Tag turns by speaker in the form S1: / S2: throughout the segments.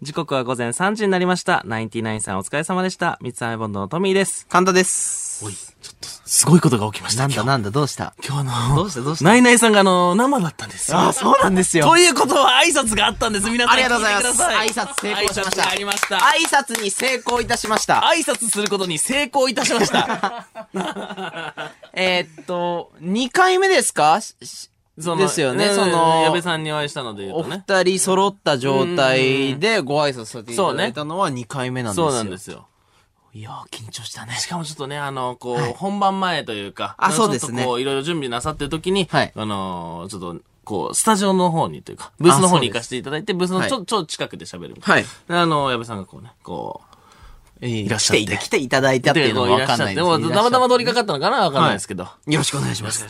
S1: 時刻は午前3時になりました。ナインティナインさんお疲れ様でした。三つ編みボンドのトミーです。
S2: 神田です。
S1: おい、ちょっと、すごいことが起きました。
S2: なんだ
S1: 今
S2: なんだ、どうした
S1: 日今日の、
S2: どうしたどうした
S1: ナイナイさんがあの、生だったんですよ。
S2: あ、そうなんですよ
S1: と。いうことは挨拶があったんです。皆さん
S2: ありがとうございます。
S1: 聞
S2: 挨
S1: てくだ
S2: 拶成功しました。
S1: 挨拶がありました。
S2: 挨拶に成功いたしました。
S1: 挨拶することに成功いたしま した。
S2: えーっと、2回目ですかしし
S1: そ
S2: ですよね
S1: うん
S2: その
S1: 矢部さんにお会いしたので言
S2: お
S1: うとね。
S2: 二人揃った状態でご挨拶させていただいたのは2回目なんですよ。
S1: そうなんですよ。
S2: いやー、緊張したね。
S1: しかもちょっとね、あの、こう、本番前というか、
S2: あそうです
S1: ちょ
S2: ね
S1: っとこう、いろいろ準備なさってる時に、
S2: はい
S1: あのー、ちょっと、こう、スタジオの方にというか、ブースの方に
S2: あそうです
S1: 行かせていただいて、ブースのちょ、
S2: は
S1: ちょ近くで喋るみたい
S2: はい。
S1: な。あの、矢部さんがこうね、こう、
S2: い
S1: らっしゃって
S2: 来て来ていただいたっていう
S1: こ
S2: のは
S1: うい
S2: わ
S1: らっ
S2: かん
S1: しゃ
S2: な
S1: っ
S2: い
S1: て、
S2: です
S1: も
S2: ね。
S1: うたまたま
S2: ど
S1: 通りかかったのかなわかんないですけど。
S2: よろしくお願いします。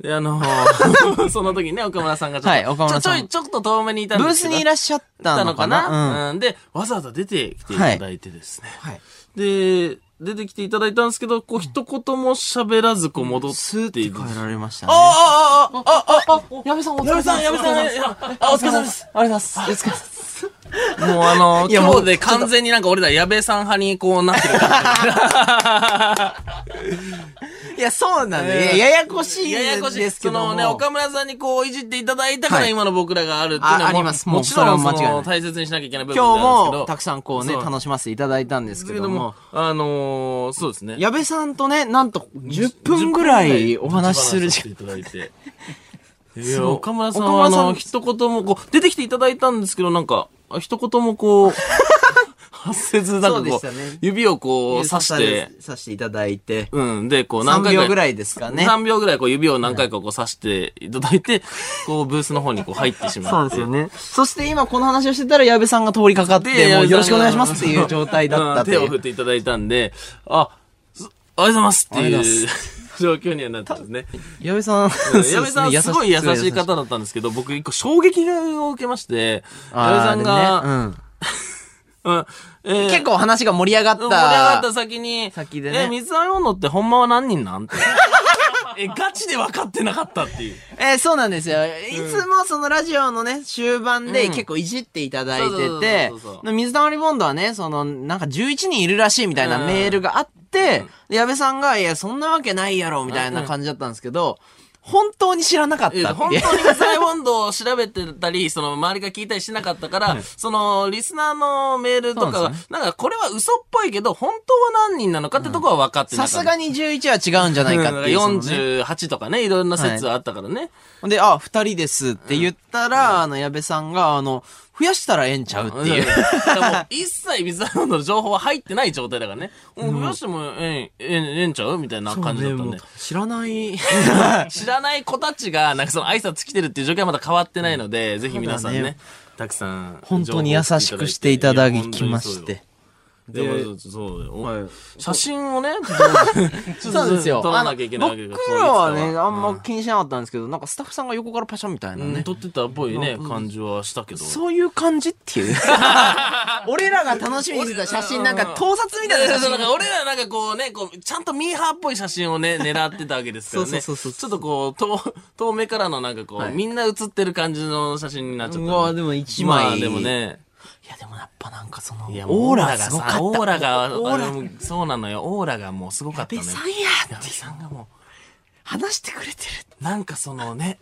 S1: で、あの ーその時にね、岡村さんがちょっと、
S2: はい岡村さ
S1: ちょ
S2: ん
S1: ちょい、ちょっと遠目にいたん
S2: ブ
S1: で
S2: ー
S1: す
S2: ス
S1: けど。
S2: にいらっしゃっ
S1: ったの
S2: たの
S1: か
S2: かな
S1: な、うん、で、わざわざ出てきていただいてですね。
S2: はい。
S1: で、出てきていただいたんですけど、こう、一言も喋らず、こう、戻っ
S2: スーっ
S1: て
S2: て
S1: いく。
S2: 帰られましたね。
S1: ああああああああ
S2: やべさん、お疲
S1: やべさん、やべさん、
S2: ん。
S1: あ、お疲れ様です。。
S2: ありがとうございます。お疲れ様です。
S1: もうあの、
S2: いや
S1: 今
S2: も
S1: 日
S2: う
S1: で完全になんか俺ら矢部さん派にこうなってるから。
S2: いや、そうなんだよ。
S1: えー
S2: いやややこしい
S1: ややこしい。
S2: ですけ
S1: そ
S2: ども。
S1: のね、岡村さんにこういじっていただいたから
S2: はい
S1: 今の僕らがあるっていうのは
S2: ああります
S1: も
S2: も
S1: う
S2: う
S1: ちろん
S2: それは間違いない
S1: その大切にしなきゃいけない部分
S2: 今日
S1: なんですけど。
S2: もたくさんこうね、
S1: そう
S2: 楽しませていただいたんです
S1: け
S2: け
S1: れ
S2: ど
S1: ども
S2: も、、
S1: あのー、そうですね。
S2: 矢部さんとね、なんと10分ぐらいお話しする
S1: 時
S2: 時
S1: 間
S2: 間。
S1: いただいて。いや、
S2: そう
S1: 岡村さん
S2: 岡
S1: は、あ
S2: 村さん
S1: の、一言も、こう、出てきていただいたんですけど、なんか、あ一言も こう、発せず、なんかこう
S2: そうでしたね
S1: 指をこう、刺して、
S2: させていただいて、
S1: うん、で、こう、何
S2: 3
S1: 回か。
S2: 秒ぐらいですかね。
S1: 3秒ぐらい、こう、指を何回かこう、刺していただいて、こう、ブースの方にこう、入ってしまって。
S2: そうですよね。そして今この話をしてたら矢部さんが通りかかって、もうよろしくお願いしますっていう状態だった
S1: うん
S2: とい
S1: 手
S2: う
S1: を振っていただいたんで、あ、すおはようございますって
S2: おはようご
S1: い
S2: ざ
S1: う 状況にはなったんですね。
S2: 矢部さ ん、そうですね
S1: 矢部さんすごい優しい。方だったんですけど、僕一個衝撃を受けまして、矢部さん
S2: あ
S1: が、
S2: ーで
S1: う
S2: もね
S1: んえ
S2: うん
S1: ー
S2: 結構話が盛り上がった。
S1: 盛り上がった先に、
S2: 先でね
S1: え、水溜りボンドってほんまは何人なんて。 え、ガチで分かってなかったっていう。
S2: えーそうなんですよ。いつもそのラジオのね、終盤
S1: う
S2: で
S1: ん
S2: 結構いじっていただい
S1: そうそう
S2: てて
S1: そうそうそ、
S2: 水溜りボンドはね、その、なんか11人いるらしいみたいな
S1: うん
S2: メールがあって、で矢部さんが、いや、そんなわけないやろ、みたいな感じだったんですけど、本当に知らなかったっ
S1: え
S2: て
S1: ー本
S2: いう。
S1: 当に水溜りボンドを調べてたり、その周りが聞いたりしてなかったから、そのリスナーのメールとか
S2: そうな
S1: が、
S2: んで
S1: なんかこれは嘘っぽいけど、本当は何人なのかってとこは分かってなか
S2: さ
S1: った。
S2: すがに11は違うんじゃないかっていう。
S1: うん
S2: そのね
S1: 48とかね、いろんな説あったからね。
S2: で、あ、二人ですって言ったら、あの、矢部さんが、あの、増やしたらええんちゃうっていう。
S1: だからもう一切水溜りボンドの情報は入ってない状態だからね。もう増やしてもええん、ええん、ええんちゃうみたいな感じだったんで
S2: も。う知らない。
S1: 知らない子たちが、なんかその挨拶来てるっていう状況はまだ変わってないので、 ぜひ皆さんね、
S2: そうだね
S1: たくさん。
S2: 本当に優しくしていただきまし
S1: いや。本当に
S2: て。
S1: そうよでもそうよ。
S2: はい
S1: 写真を ね、ちょっと
S2: そうなんですよ。
S1: 撮らなきゃいけないわけだ
S2: 僕らはね、あんま気にしなかったんですけど、なんかスタッフさんが横からパシャみたいな
S1: うん
S2: ね。
S1: 撮ってたっぽいね、感じはしたけど。
S2: そういう感じっていう。 俺らが楽しみにしてた写真、なんか盗撮みたいな写
S1: そうそうなん
S2: 真。
S1: か俺らなんかこうね、こう、ちゃんとミーハーっぽい写真をね、狙ってたわけですからね。
S2: そうそうそう
S1: ちょっとこう、遠、遠目からのなんかこう、みんな写ってる感じの写真になっちゃったね、
S2: うわでも一枚
S1: まあでもね。
S2: いや、でもやっぱなんかその、
S1: いやもう
S2: オーラがすごかった。
S1: オーラが、
S2: オーラ
S1: あのそうなのよ。オーラがもうすごかった
S2: べ
S1: ね。
S2: さんや
S1: 矢部さんがも
S2: 話してくれてる。
S1: う、なんかそのね、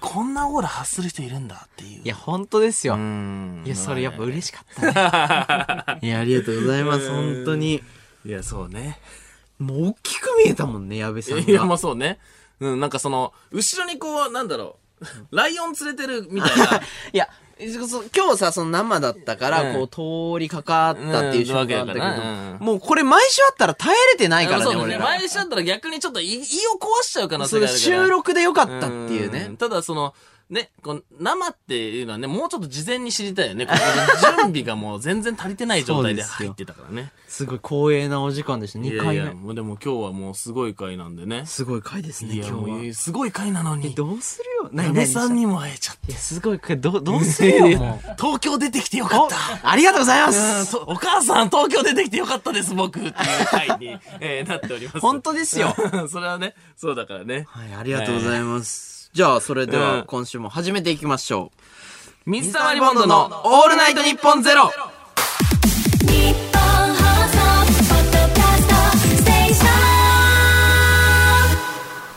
S1: こんなオーラ発する人いるんだっていう。
S2: いや、本当ですよ
S1: う。ん。
S2: いや、それやっぱ嬉しかった ね。いや、ありがとうございます。本当に。
S1: いや、そうね。
S2: もう大きく見えたもんね、矢部さんが。
S1: いや、まあそうね。うん、なんかその、後ろにこう、なんだろう、ライオン連れてるみたいな。
S2: いや、そ今日さ、その生だったから、
S1: うん
S2: こう、通りかかったっていう瞬間だったけど、
S1: うんわけだからねうん
S2: もうこれ毎週あったら耐えれてないから
S1: そ
S2: ね、
S1: う
S2: 俺
S1: ね。
S2: ら。
S1: 前しちゃったら逆にちょっと胃胃を壊しちゃう可能
S2: そ
S1: 性があ
S2: れ
S1: るから。
S2: 収録でよかったっていう
S1: う
S2: ね
S1: ん。ただその、ね、こう生っていうのはね、もうちょっと事前に知りたいよね。こう 準備がもう全然足りてない状態で
S2: そうです
S1: 入
S2: よ
S1: ってたからね。
S2: すごい光栄なお時間でした、2
S1: い
S2: 回
S1: やいや、
S2: 目。
S1: もうでも今日はもうすごい回なんでね。
S2: すごい回ですね、
S1: い
S2: 今
S1: や、
S2: 日
S1: も
S2: は。
S1: うすごい回なの
S2: え
S1: に。
S2: どうするよ
S1: 矢
S2: 何
S1: 部
S2: 々
S1: さんにも会えちゃっ
S2: いや、すごい、これどう、どう
S1: た。
S2: するよ、もう。
S1: 東京出てきてよかった。
S2: ありがとうございま
S1: うん
S2: す
S1: とお母さん、東京出てきてよかったです、僕っていう回に、えーなっております。
S2: 本当ですよ。
S1: それはね、そうだからね。
S2: はい、ありがとうございます。じゃあ、それで
S1: うん
S2: は今週も始めていきましょう。
S1: 水溜りボンドのオールナイトニッポンゼロ
S3: 日本放送ポッドキャストステーシ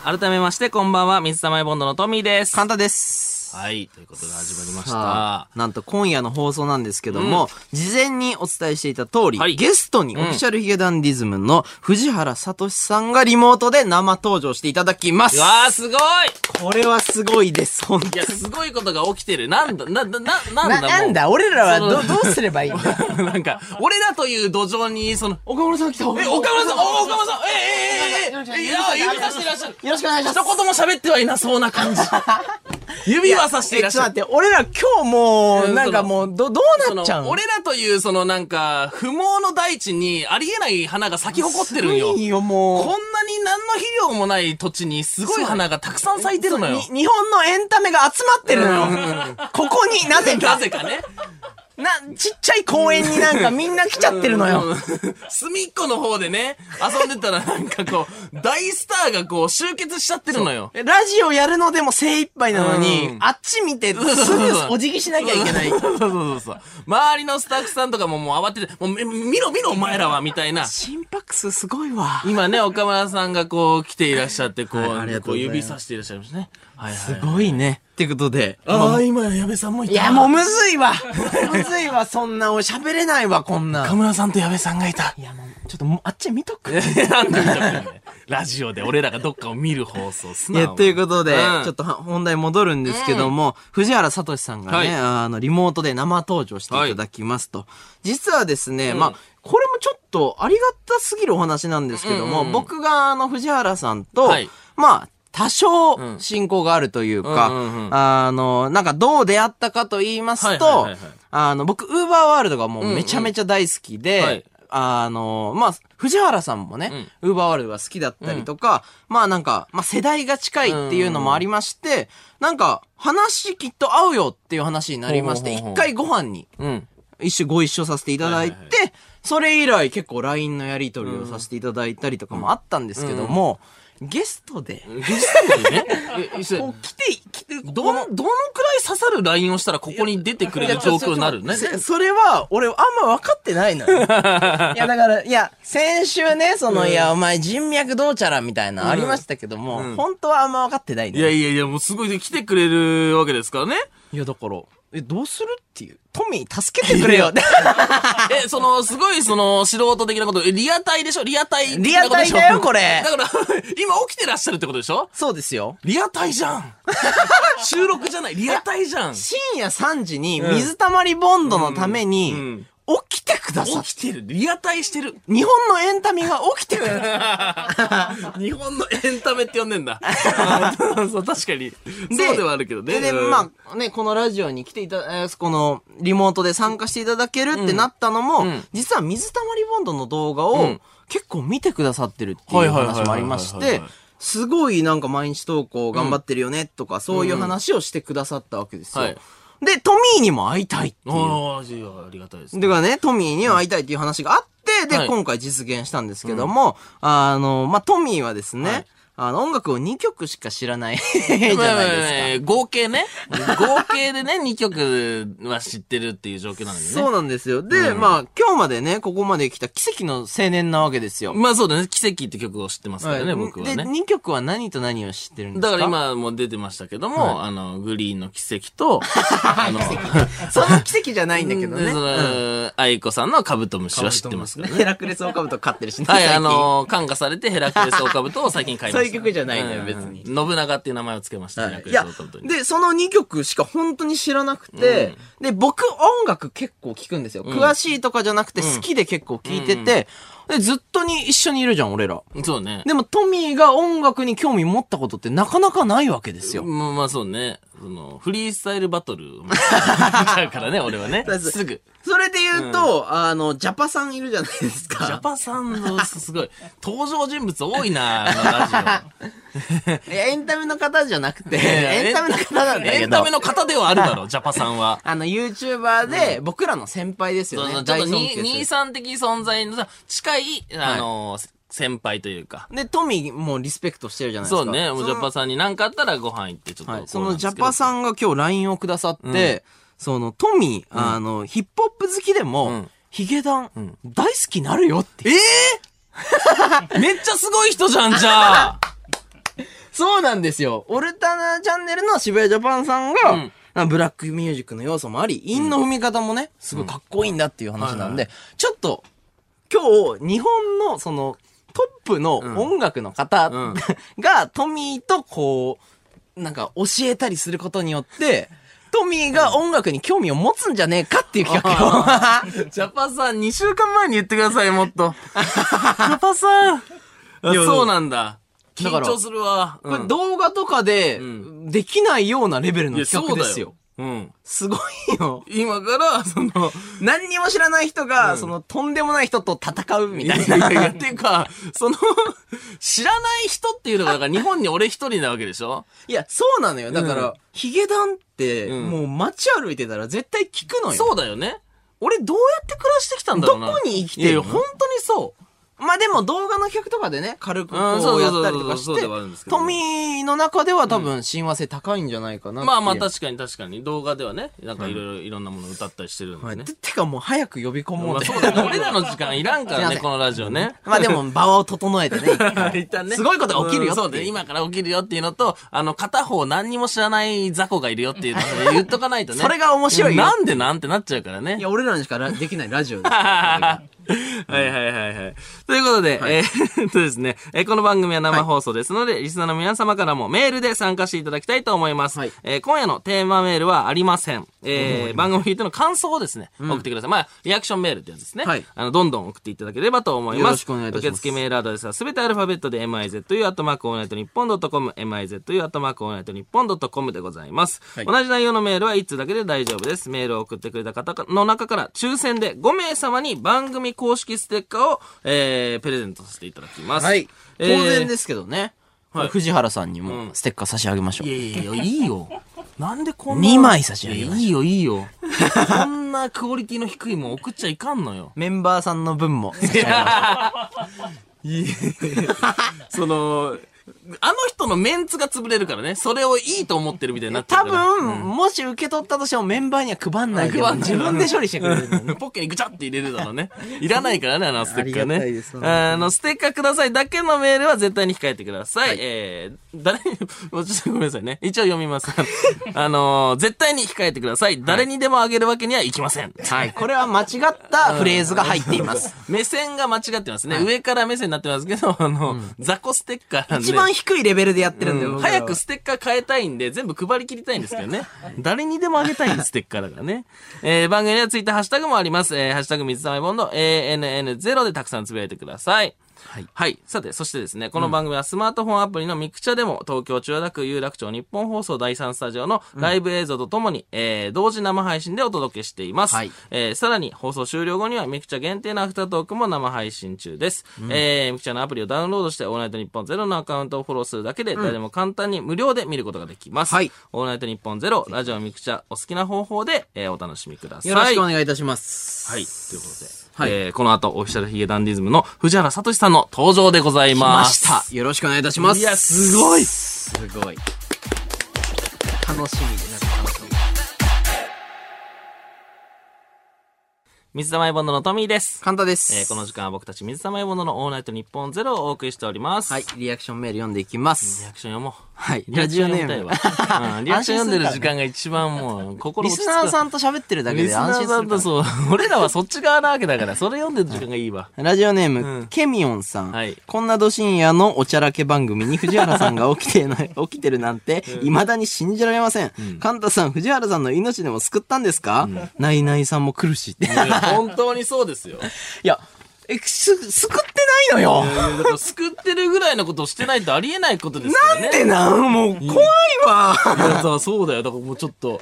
S3: ョ
S1: 改めまして、こんばんは、水溜りボンドのトミーです。
S2: 簡単です。
S1: はい、ということが始まりまし
S2: さあ
S1: た。
S2: なんと今夜の放送なんですけども、事前にお伝えしていた通り、
S1: はい
S2: ゲストにオフィシャルヒゲダンディズムの藤原聡さんがリモートで生登場していただきます
S1: う。わー、すごい
S2: これはすごいです、本
S1: い
S2: 当
S1: や、すごいことが起きてる。なんだ、な、な、な、なんだ
S2: な
S1: もう
S2: なんだ、俺らはど
S1: その
S2: どうす ればいいんだ
S1: なんか、俺らという土壌に、その、
S2: 岡村さん来た。
S1: え、岡村さん、お岡村さん、ええええええええいや指さしていらっしゃる。よろしくお願いします。一言も喋ってはいなそうな 感じ。指はさしていらっしゃる。
S2: えちょっと待って、俺ら今日も
S1: う
S2: う、
S1: ん
S2: なんかもう、ど、どうなっち
S1: そ
S2: ゃうの
S1: の俺らという、そのなんか、不毛の大地にありえない花が咲き誇ってるんよ。
S2: いいよ、
S1: こ
S2: も
S1: ん
S2: う。
S1: なに何の肥料もない土地にすごい花がたくさん咲いてるのよ
S2: に。日本のエンタメが集まってるのよ。ここになぜ
S1: な
S2: か。
S1: ぜかね。
S2: な、ちっちゃい公園になんかみんな来ちゃってるの
S1: う
S2: よ。
S1: ん。隅っこの方でね、遊んでたらなんかこう、 大スターがこう集結しちゃってるのよ。
S2: ラジオやるのでも精一杯なのに、
S1: うん
S2: あっち見てすぐお辞儀しなきゃいけな い。
S1: そうそうそうそう。周りのスタッフさんとかももう慌てて、もうめ見ろ見ろお前らはみたいな。
S2: 心拍数すごいわ。
S1: 今ね、岡村さんがこう来ていらっしゃって、こう、
S2: はいありがと
S1: こ
S2: う
S1: う
S2: ございます
S1: 指さしていらっしゃいますね。はいはい、
S2: すごいね。ってことで。
S1: ああ、今、矢部さんもいた。
S2: いや、もうむずいわ。むずいわ、そんな。俺喋れないわ、こんな
S1: 岡。村さんと矢部さんがいた。
S2: いや、もう、ちょっともう、あっち見とく。
S1: なんで見たくないラジオで俺らがどっかを見る放送す
S2: い
S1: な。
S2: や、ということで、
S1: うん
S2: ちょっとは本題戻るんですけども、藤原聡さんがね、
S1: はい
S2: あの、リモートで生登場していただきますと。実はですね、まあ、これもちょっとありがたすぎるお話なんですけど
S1: うん
S2: も、
S1: うんうん
S2: 僕があの、藤原さんと、
S1: はい
S2: まあ、多少
S1: う、ん
S2: 親交があるというか、
S1: うんうんうん
S2: あの、なんかどう出会ったかと言いますと、
S1: はいはいはいはい
S2: あの、僕、ウーバーワールドがもうめちゃめちゃ大好きで、
S1: うんうんはい
S2: あの、まあ、藤原さんもね、ウーバーワールドが好きだったりとか、まあなんか、まあ世代が近いっていうのもありまして、なんか、話きっと合うよっていう話になりまして、
S1: ほうほうほう
S2: 一回ご飯に
S1: うん。
S2: 一緒ご一緒させていただいて
S1: はい、
S2: それ以来結構 LINE のやり取りをさせていただいたりとかもあったんですけども、ゲストで、
S1: ゲストにね。えそれ
S2: こう来て、来て、
S1: どの、どのくらい刺さるラインをしたらここに出てくれる状況になるね。
S2: せそれは、俺、あんま分かってない のよ。いや、だから、いや、先週ね、その、いや、お前人脈どうちゃらみたいなありましたけども、
S1: うん
S2: 本当はあんま分かってないの
S1: い
S2: よ。
S1: やいやいや、もうすごい来てくれるわけですからね。
S2: いや、だから、え、どうするっていう。トミー、助けてくれよ。
S1: え、その、すごい、その、素人的なこと、えリアタイでしょリアタイ的
S2: リ
S1: な
S2: ア
S1: こと
S2: タ
S1: で
S2: イ
S1: しょ。
S2: だよ、これ。
S1: だから、今起きてらっしゃるってことでしょ
S2: そうですよ。
S1: リアタイじゃん収録じゃない、リアタイじゃん起
S2: 深夜3時に、
S1: うん
S2: 水溜りボンドのために、
S1: うんうん
S2: 起きてください。
S1: きてる、リアタイしてる。
S2: 日本のエンタメが起きてください。
S1: 日本のエンタメって呼んでんだ。 そう、確かに。そうではあるけどね。
S2: で、で
S1: うん
S2: まあ、ね、このラジオに来ていただ、えーこの、リモートで参加していただけるってなったのも、
S1: うん
S2: 実は水溜りボンドの動画
S1: う
S2: を
S1: ん、
S2: 結構見てくださってるっていう話もありまし
S1: はいはいはいはい
S2: て
S1: はい、
S2: すごいなんか毎日投稿頑張ってるよねとか、そういう話をしてくださったわけですよ。
S1: うんはい
S2: で、トミーにも会いたいっていう。
S1: ああ、じゃあ、ありがたいですね。
S2: だからね、トミーには会いたいっていう話があって、で、
S1: はい
S2: 今回実現したんですけども、あの、まあ、トミーはですね、
S1: はい
S2: あの、音楽を2曲しか知らない じゃないですか。
S1: すか。合計ね。合計でね、2曲は知ってるっていう状況なんだけどね。
S2: そうなんですよ。で、
S1: うん
S2: まあ、今日までね、ここまで来た奇跡の青年なわけですよ。
S1: まあそうだね。奇跡って曲を知ってますからね、
S2: はい
S1: 僕は
S2: で、
S1: ね。
S2: 2曲は何と何を知ってるんです
S1: だ
S2: か
S1: から、今も出てましたけども、
S2: は
S1: あの、グリーンの奇跡 と、あの、
S2: その奇跡じゃないんだけどね。
S1: でその、愛子さんのカブトムシは知ってますからね。
S2: ヘラクレスオカブト買ってるし ね。
S1: はい、
S2: 最近
S1: あ、の、感化されてヘラクレスオカブトを最近買いました。
S2: そういう曲じゃないのよ別に
S1: うん信長っていう名前を付けました、ヘラク
S2: い
S1: レス
S2: や
S1: オカブト、に。
S2: で、その2曲しか本当に知らなくて、で、僕音楽結構聴くんですよ。詳しいとかじゃなくて好きで結構聴いてて、で、ずっとに一緒にいるじゃん、俺ら。
S1: そうね。
S2: でも、トミーが音楽に興味持ったことってなかなかないわけですよ。
S1: まあまあそうね。その、フリースタイルバトルを見ちゃうから ね、俺はね。
S2: そうです
S1: すぐ。
S2: それで言うと、あの、ジャパさんいるじゃないです
S1: ジャ
S2: か。
S1: パさんの、すごい、登場人物多い な、あのラジオ。
S2: エンタメの方じゃなくて、
S1: え
S2: エンタメの方なんだ
S1: エ
S2: け
S1: ンタ
S2: ど
S1: メ。の方ではあるだろ う、ジャパさんは。
S2: あの、YouTuber で、僕らの先輩です
S1: そ
S2: よね。
S1: のちょっと
S2: 大尊敬する
S1: 兄さん的存在の近い、あの、先輩というか。
S2: で、トミーもリスペクトしてるじゃないです
S1: そ
S2: か。
S1: うね、もうジャパさんに何かあったらご飯行ってちょっと
S2: はい。
S1: こ
S2: そう
S1: なん
S2: の
S1: です
S2: ジ
S1: けど。
S2: ャパさんが今日 LINE をくださって、その、トミー、あの、ヒップホップ好きでも、
S1: うん
S2: ヒゲダン、
S1: ん
S2: 大好きになるよって。
S1: ええめっちゃすごい人じゃん、じゃあ。
S2: そうなんですよ。オルタナチャンネルの渋谷ジャパンさんが、
S1: うん
S2: まあブラックミュージックの要素もあり、韻の踏み方もね、すごいかっこいいんだっていう話なんで、ちょっと、今日、日本の、その、トップの
S1: ん
S2: 音楽の方
S1: うん
S2: が、トミーとこう、なんか教えたりすることによって、トミーが音楽に興味を持つんじゃねえかっていう企画 を。
S1: ジャパさん、2週間前に言ってください、もっと。ジャパさん。
S2: いや
S1: そうなんだ。緊
S2: だから
S1: 張するわ。
S2: こ
S1: う
S2: れ
S1: ん
S2: 動画とかで
S1: ん、
S2: できないようなレベル
S1: い
S2: の
S1: や
S2: 企
S1: そ
S2: 画
S1: う
S2: で
S1: だ
S2: すよ。。
S1: うん。
S2: すごいよ。
S1: 今から、その、
S2: 何にも知らない人が、
S1: うん
S2: その、とんでもない人と戦うみた
S1: い
S2: い
S1: やいやい
S2: な
S1: や。っていう か、その、知らない人っていうのが、だから日本に俺一人なわけでしょ
S2: いや、そうなのよ。だから、
S1: うん
S2: ヒゲダンって、
S1: うん
S2: もう街歩いてたら絶対聞くのよ。
S1: そうだよね。俺どうやって暮らしてきたんだ
S2: ど
S1: ろうな。
S2: こに生きてる
S1: いやいや
S2: 本当にそう。まあでも動画の企画とかでね、軽
S1: う
S2: く
S1: んそ
S2: こ
S1: うそ
S2: うや
S1: うそう
S2: ったりとかし
S1: そうではあるんですけ
S2: て、
S1: ど
S2: トミーの中では多分親和性高いんじゃないかなっていう
S1: まあまあ確かに確かに動画ではねなんかいろいろいろんなもの歌ったりしてるんで
S2: はい
S1: ね、
S2: ててかもう早く呼び込
S1: ま
S2: もう
S1: あ
S2: で。
S1: そうだね俺らの時間いらんから
S2: すいませ
S1: ね
S2: ん
S1: このラジオね
S2: まあでも場を整えてね。
S1: 一旦
S2: すごいことが起きるよって
S1: う
S2: い
S1: そ
S2: うん
S1: うで今から起きるよっていうのとあの片方何にも知らない雑魚がいるよっていうのを 言っとかないとね
S2: それが面白いよ
S1: なんでなんてなっちゃうからね
S2: いや、俺らにしかラできないラジオです
S1: はいはいはいはい。ということで、えー っとですね、えーこの番組は生放送ですので、リスナーの皆様からもメールで参加していただきたいと思います。
S2: はい
S1: えー今夜のテーマメールはありません。えー番組との感想をですね、送ってください。まあ、リアクションメールってやつですね。
S2: はい
S1: あの、どんどん送っていただければと思います。
S2: よろしくお願いいたします
S1: 受付メールアドレスはすべてアルファベットで mizu アットマークオールナイトニッポンドットコム mizu アットマークオールナイトニッポンドットコムでございます、
S2: い
S1: 同じ内容のメールは1通だけで大丈夫ですメールを送ってくれた方の中から抽選で5名様に番組公式ステッカーを、えー、プレゼントさせていただきます
S2: はい。当然ですすけどね。藤原さんにもステッカー差し上げましょう。
S1: いやいやいやいいよなんでこんな
S2: 2枚差し上
S1: い
S2: げ
S1: や
S2: ま
S1: い
S2: しょ
S1: いよいいよこんなクオリティの低いもん送っちゃいかんのよ
S2: う。メンバーさんの分も差し上
S1: い
S2: げましょう。
S1: その、あの人のメンツが潰れるからね、それをいいと思ってるみたいになっちゃ
S2: 多
S1: うから。
S2: 分、もし受け取ったとしてもメンバーには配んないで
S1: 配んない
S2: 自分で処理してくれるんだよね。
S1: ポッケにぐちゃって入れるだろうね。いらないからね、あのステッカーね。
S2: ありがたいです
S1: あの、ステッカーくださいだけのメールは絶対に控えてください。えー、誰 に、もうちょっとごめんなさいね。一応読みます。あのー絶対に控えてください。誰にでもあげるわけにはいきません。はい。
S2: これは間違ったフレーズが入っています。
S1: 目線が間違ってますね。上から目線になってますけど、あの、雑魚ステッカーなんで。
S2: 一番低いレベルでやってるんだよ。
S1: うん
S2: 僕らは
S1: 早くステッカー変えたいんで、全部配り切りたいんですけ どね。誰にでもあげたいステッカーだからね。えー、番組ではツイッターハッシュタグもあります。えー、ハッシュタグ水溜りボンド ANN0 でたくさんつぶやいてください。はい。さて、そしてですね、この番組はスマートフォンアプリのミクチャでも、東京千代田区有楽町日本放送第3スタジオのライブ映像とともに、えー、同時生配信でお届けしています。
S2: はい
S1: えーさらに放送終了後にはミクチャ限定のアフタートークも生配信中です。えーミクチャのアプリをダウンロードして、オールナイトニッポンゼロのアカウントをフォローするだけで、誰でも簡単に無料で見ることができます。
S2: はい
S1: オールナイトニッポンゼロ、ラジオミクチャ、お好きな方法で、えーお楽しみください。
S2: よろしくお願いいたします。
S1: はい、ということで。
S2: はい
S1: えーこの後、オフィシャルヒゲダンディズムの藤原聡さんの登場でござい
S2: ま
S1: ま
S2: し
S1: す。
S2: た。よろしくお願いいたします。
S1: いやすごい
S2: すごい。楽しみで、なんか楽しみ。
S1: 水溜りボンドのトミーです。
S2: 簡単です。
S1: えーこの時間は僕たち水溜りボンドのオールナイトニッポンゼロをお送りしております。
S2: はい、リアクションメール読んでいきま
S1: リ
S2: す。
S1: アクション読もう。
S2: はい、
S1: ラ
S2: ラ
S1: ジ
S2: ジ
S1: オ
S2: オ
S1: ネ
S2: ネ
S1: ー
S2: ーム
S1: ム。。 うんリアクション読んでる時間が一番もう、心
S2: リ
S1: 落ち着
S2: ス
S1: く
S2: ナーさんと喋ってるだけ
S1: リス
S2: で
S1: ナ
S2: 安
S1: ー
S2: 心す
S1: さん
S2: る
S1: と
S2: か
S1: そう、 俺らはそっち側なわけだから、それ読んでる時間がいいわ。
S2: ら。ラジオネーム、
S1: うん
S2: ケミオンさん、
S1: はい
S2: こんなど深夜のおちゃらけ番 組に藤原さんが起きてない起きてるなんて、未だに信じられません。カンタさん、藤原さんの命でも救ったんですか、ナイナイさんも苦しいって。い
S1: 本当にそうですよ。
S2: や、え、す、救ってないのよ
S1: いやいやだから救ってるぐらいのことをしてないとありえないことですから
S2: なん
S1: ね。
S2: でなんもう怖いわ。
S1: いやだからそうだよ。だからもうちょっと、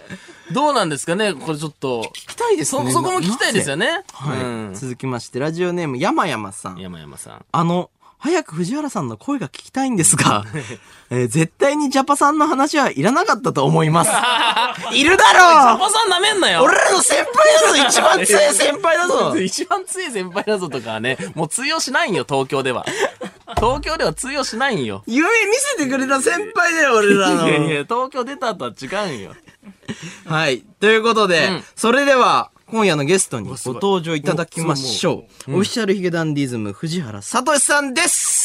S1: どうなんですかねこれちょっと。
S2: 聞きたいです
S1: そ、そこも聞きたいですよ
S2: ね。
S1: ね。
S2: はい、
S1: うん。
S2: 続きまして、ラジオネーム、やまやまさん。
S1: 山山さん。
S2: あの、早く藤原さんの声が聞きたいんですが、えー絶対にジャパさんの話はいらなかったと思います。いるだ
S1: パ
S2: ろ
S1: パさん舐めんな
S2: う
S1: よ
S2: 俺らの先輩だぞ一番強い先輩だぞ
S1: 一番 強い先輩だぞとかはね、もう通用しないんよ、東京では。東京では通用しないんよ。
S2: 夢見せてくれた先輩だよ、俺ら
S1: い
S2: の。
S1: やいや、東京出た後は違うんよ。
S2: はい。ということで、
S1: うん
S2: それでは、今夜のゲストに
S4: わす
S2: ご
S4: ごい
S2: 登場いただきましょう。オフィシャルヒゲダンディズム、藤原聡さんです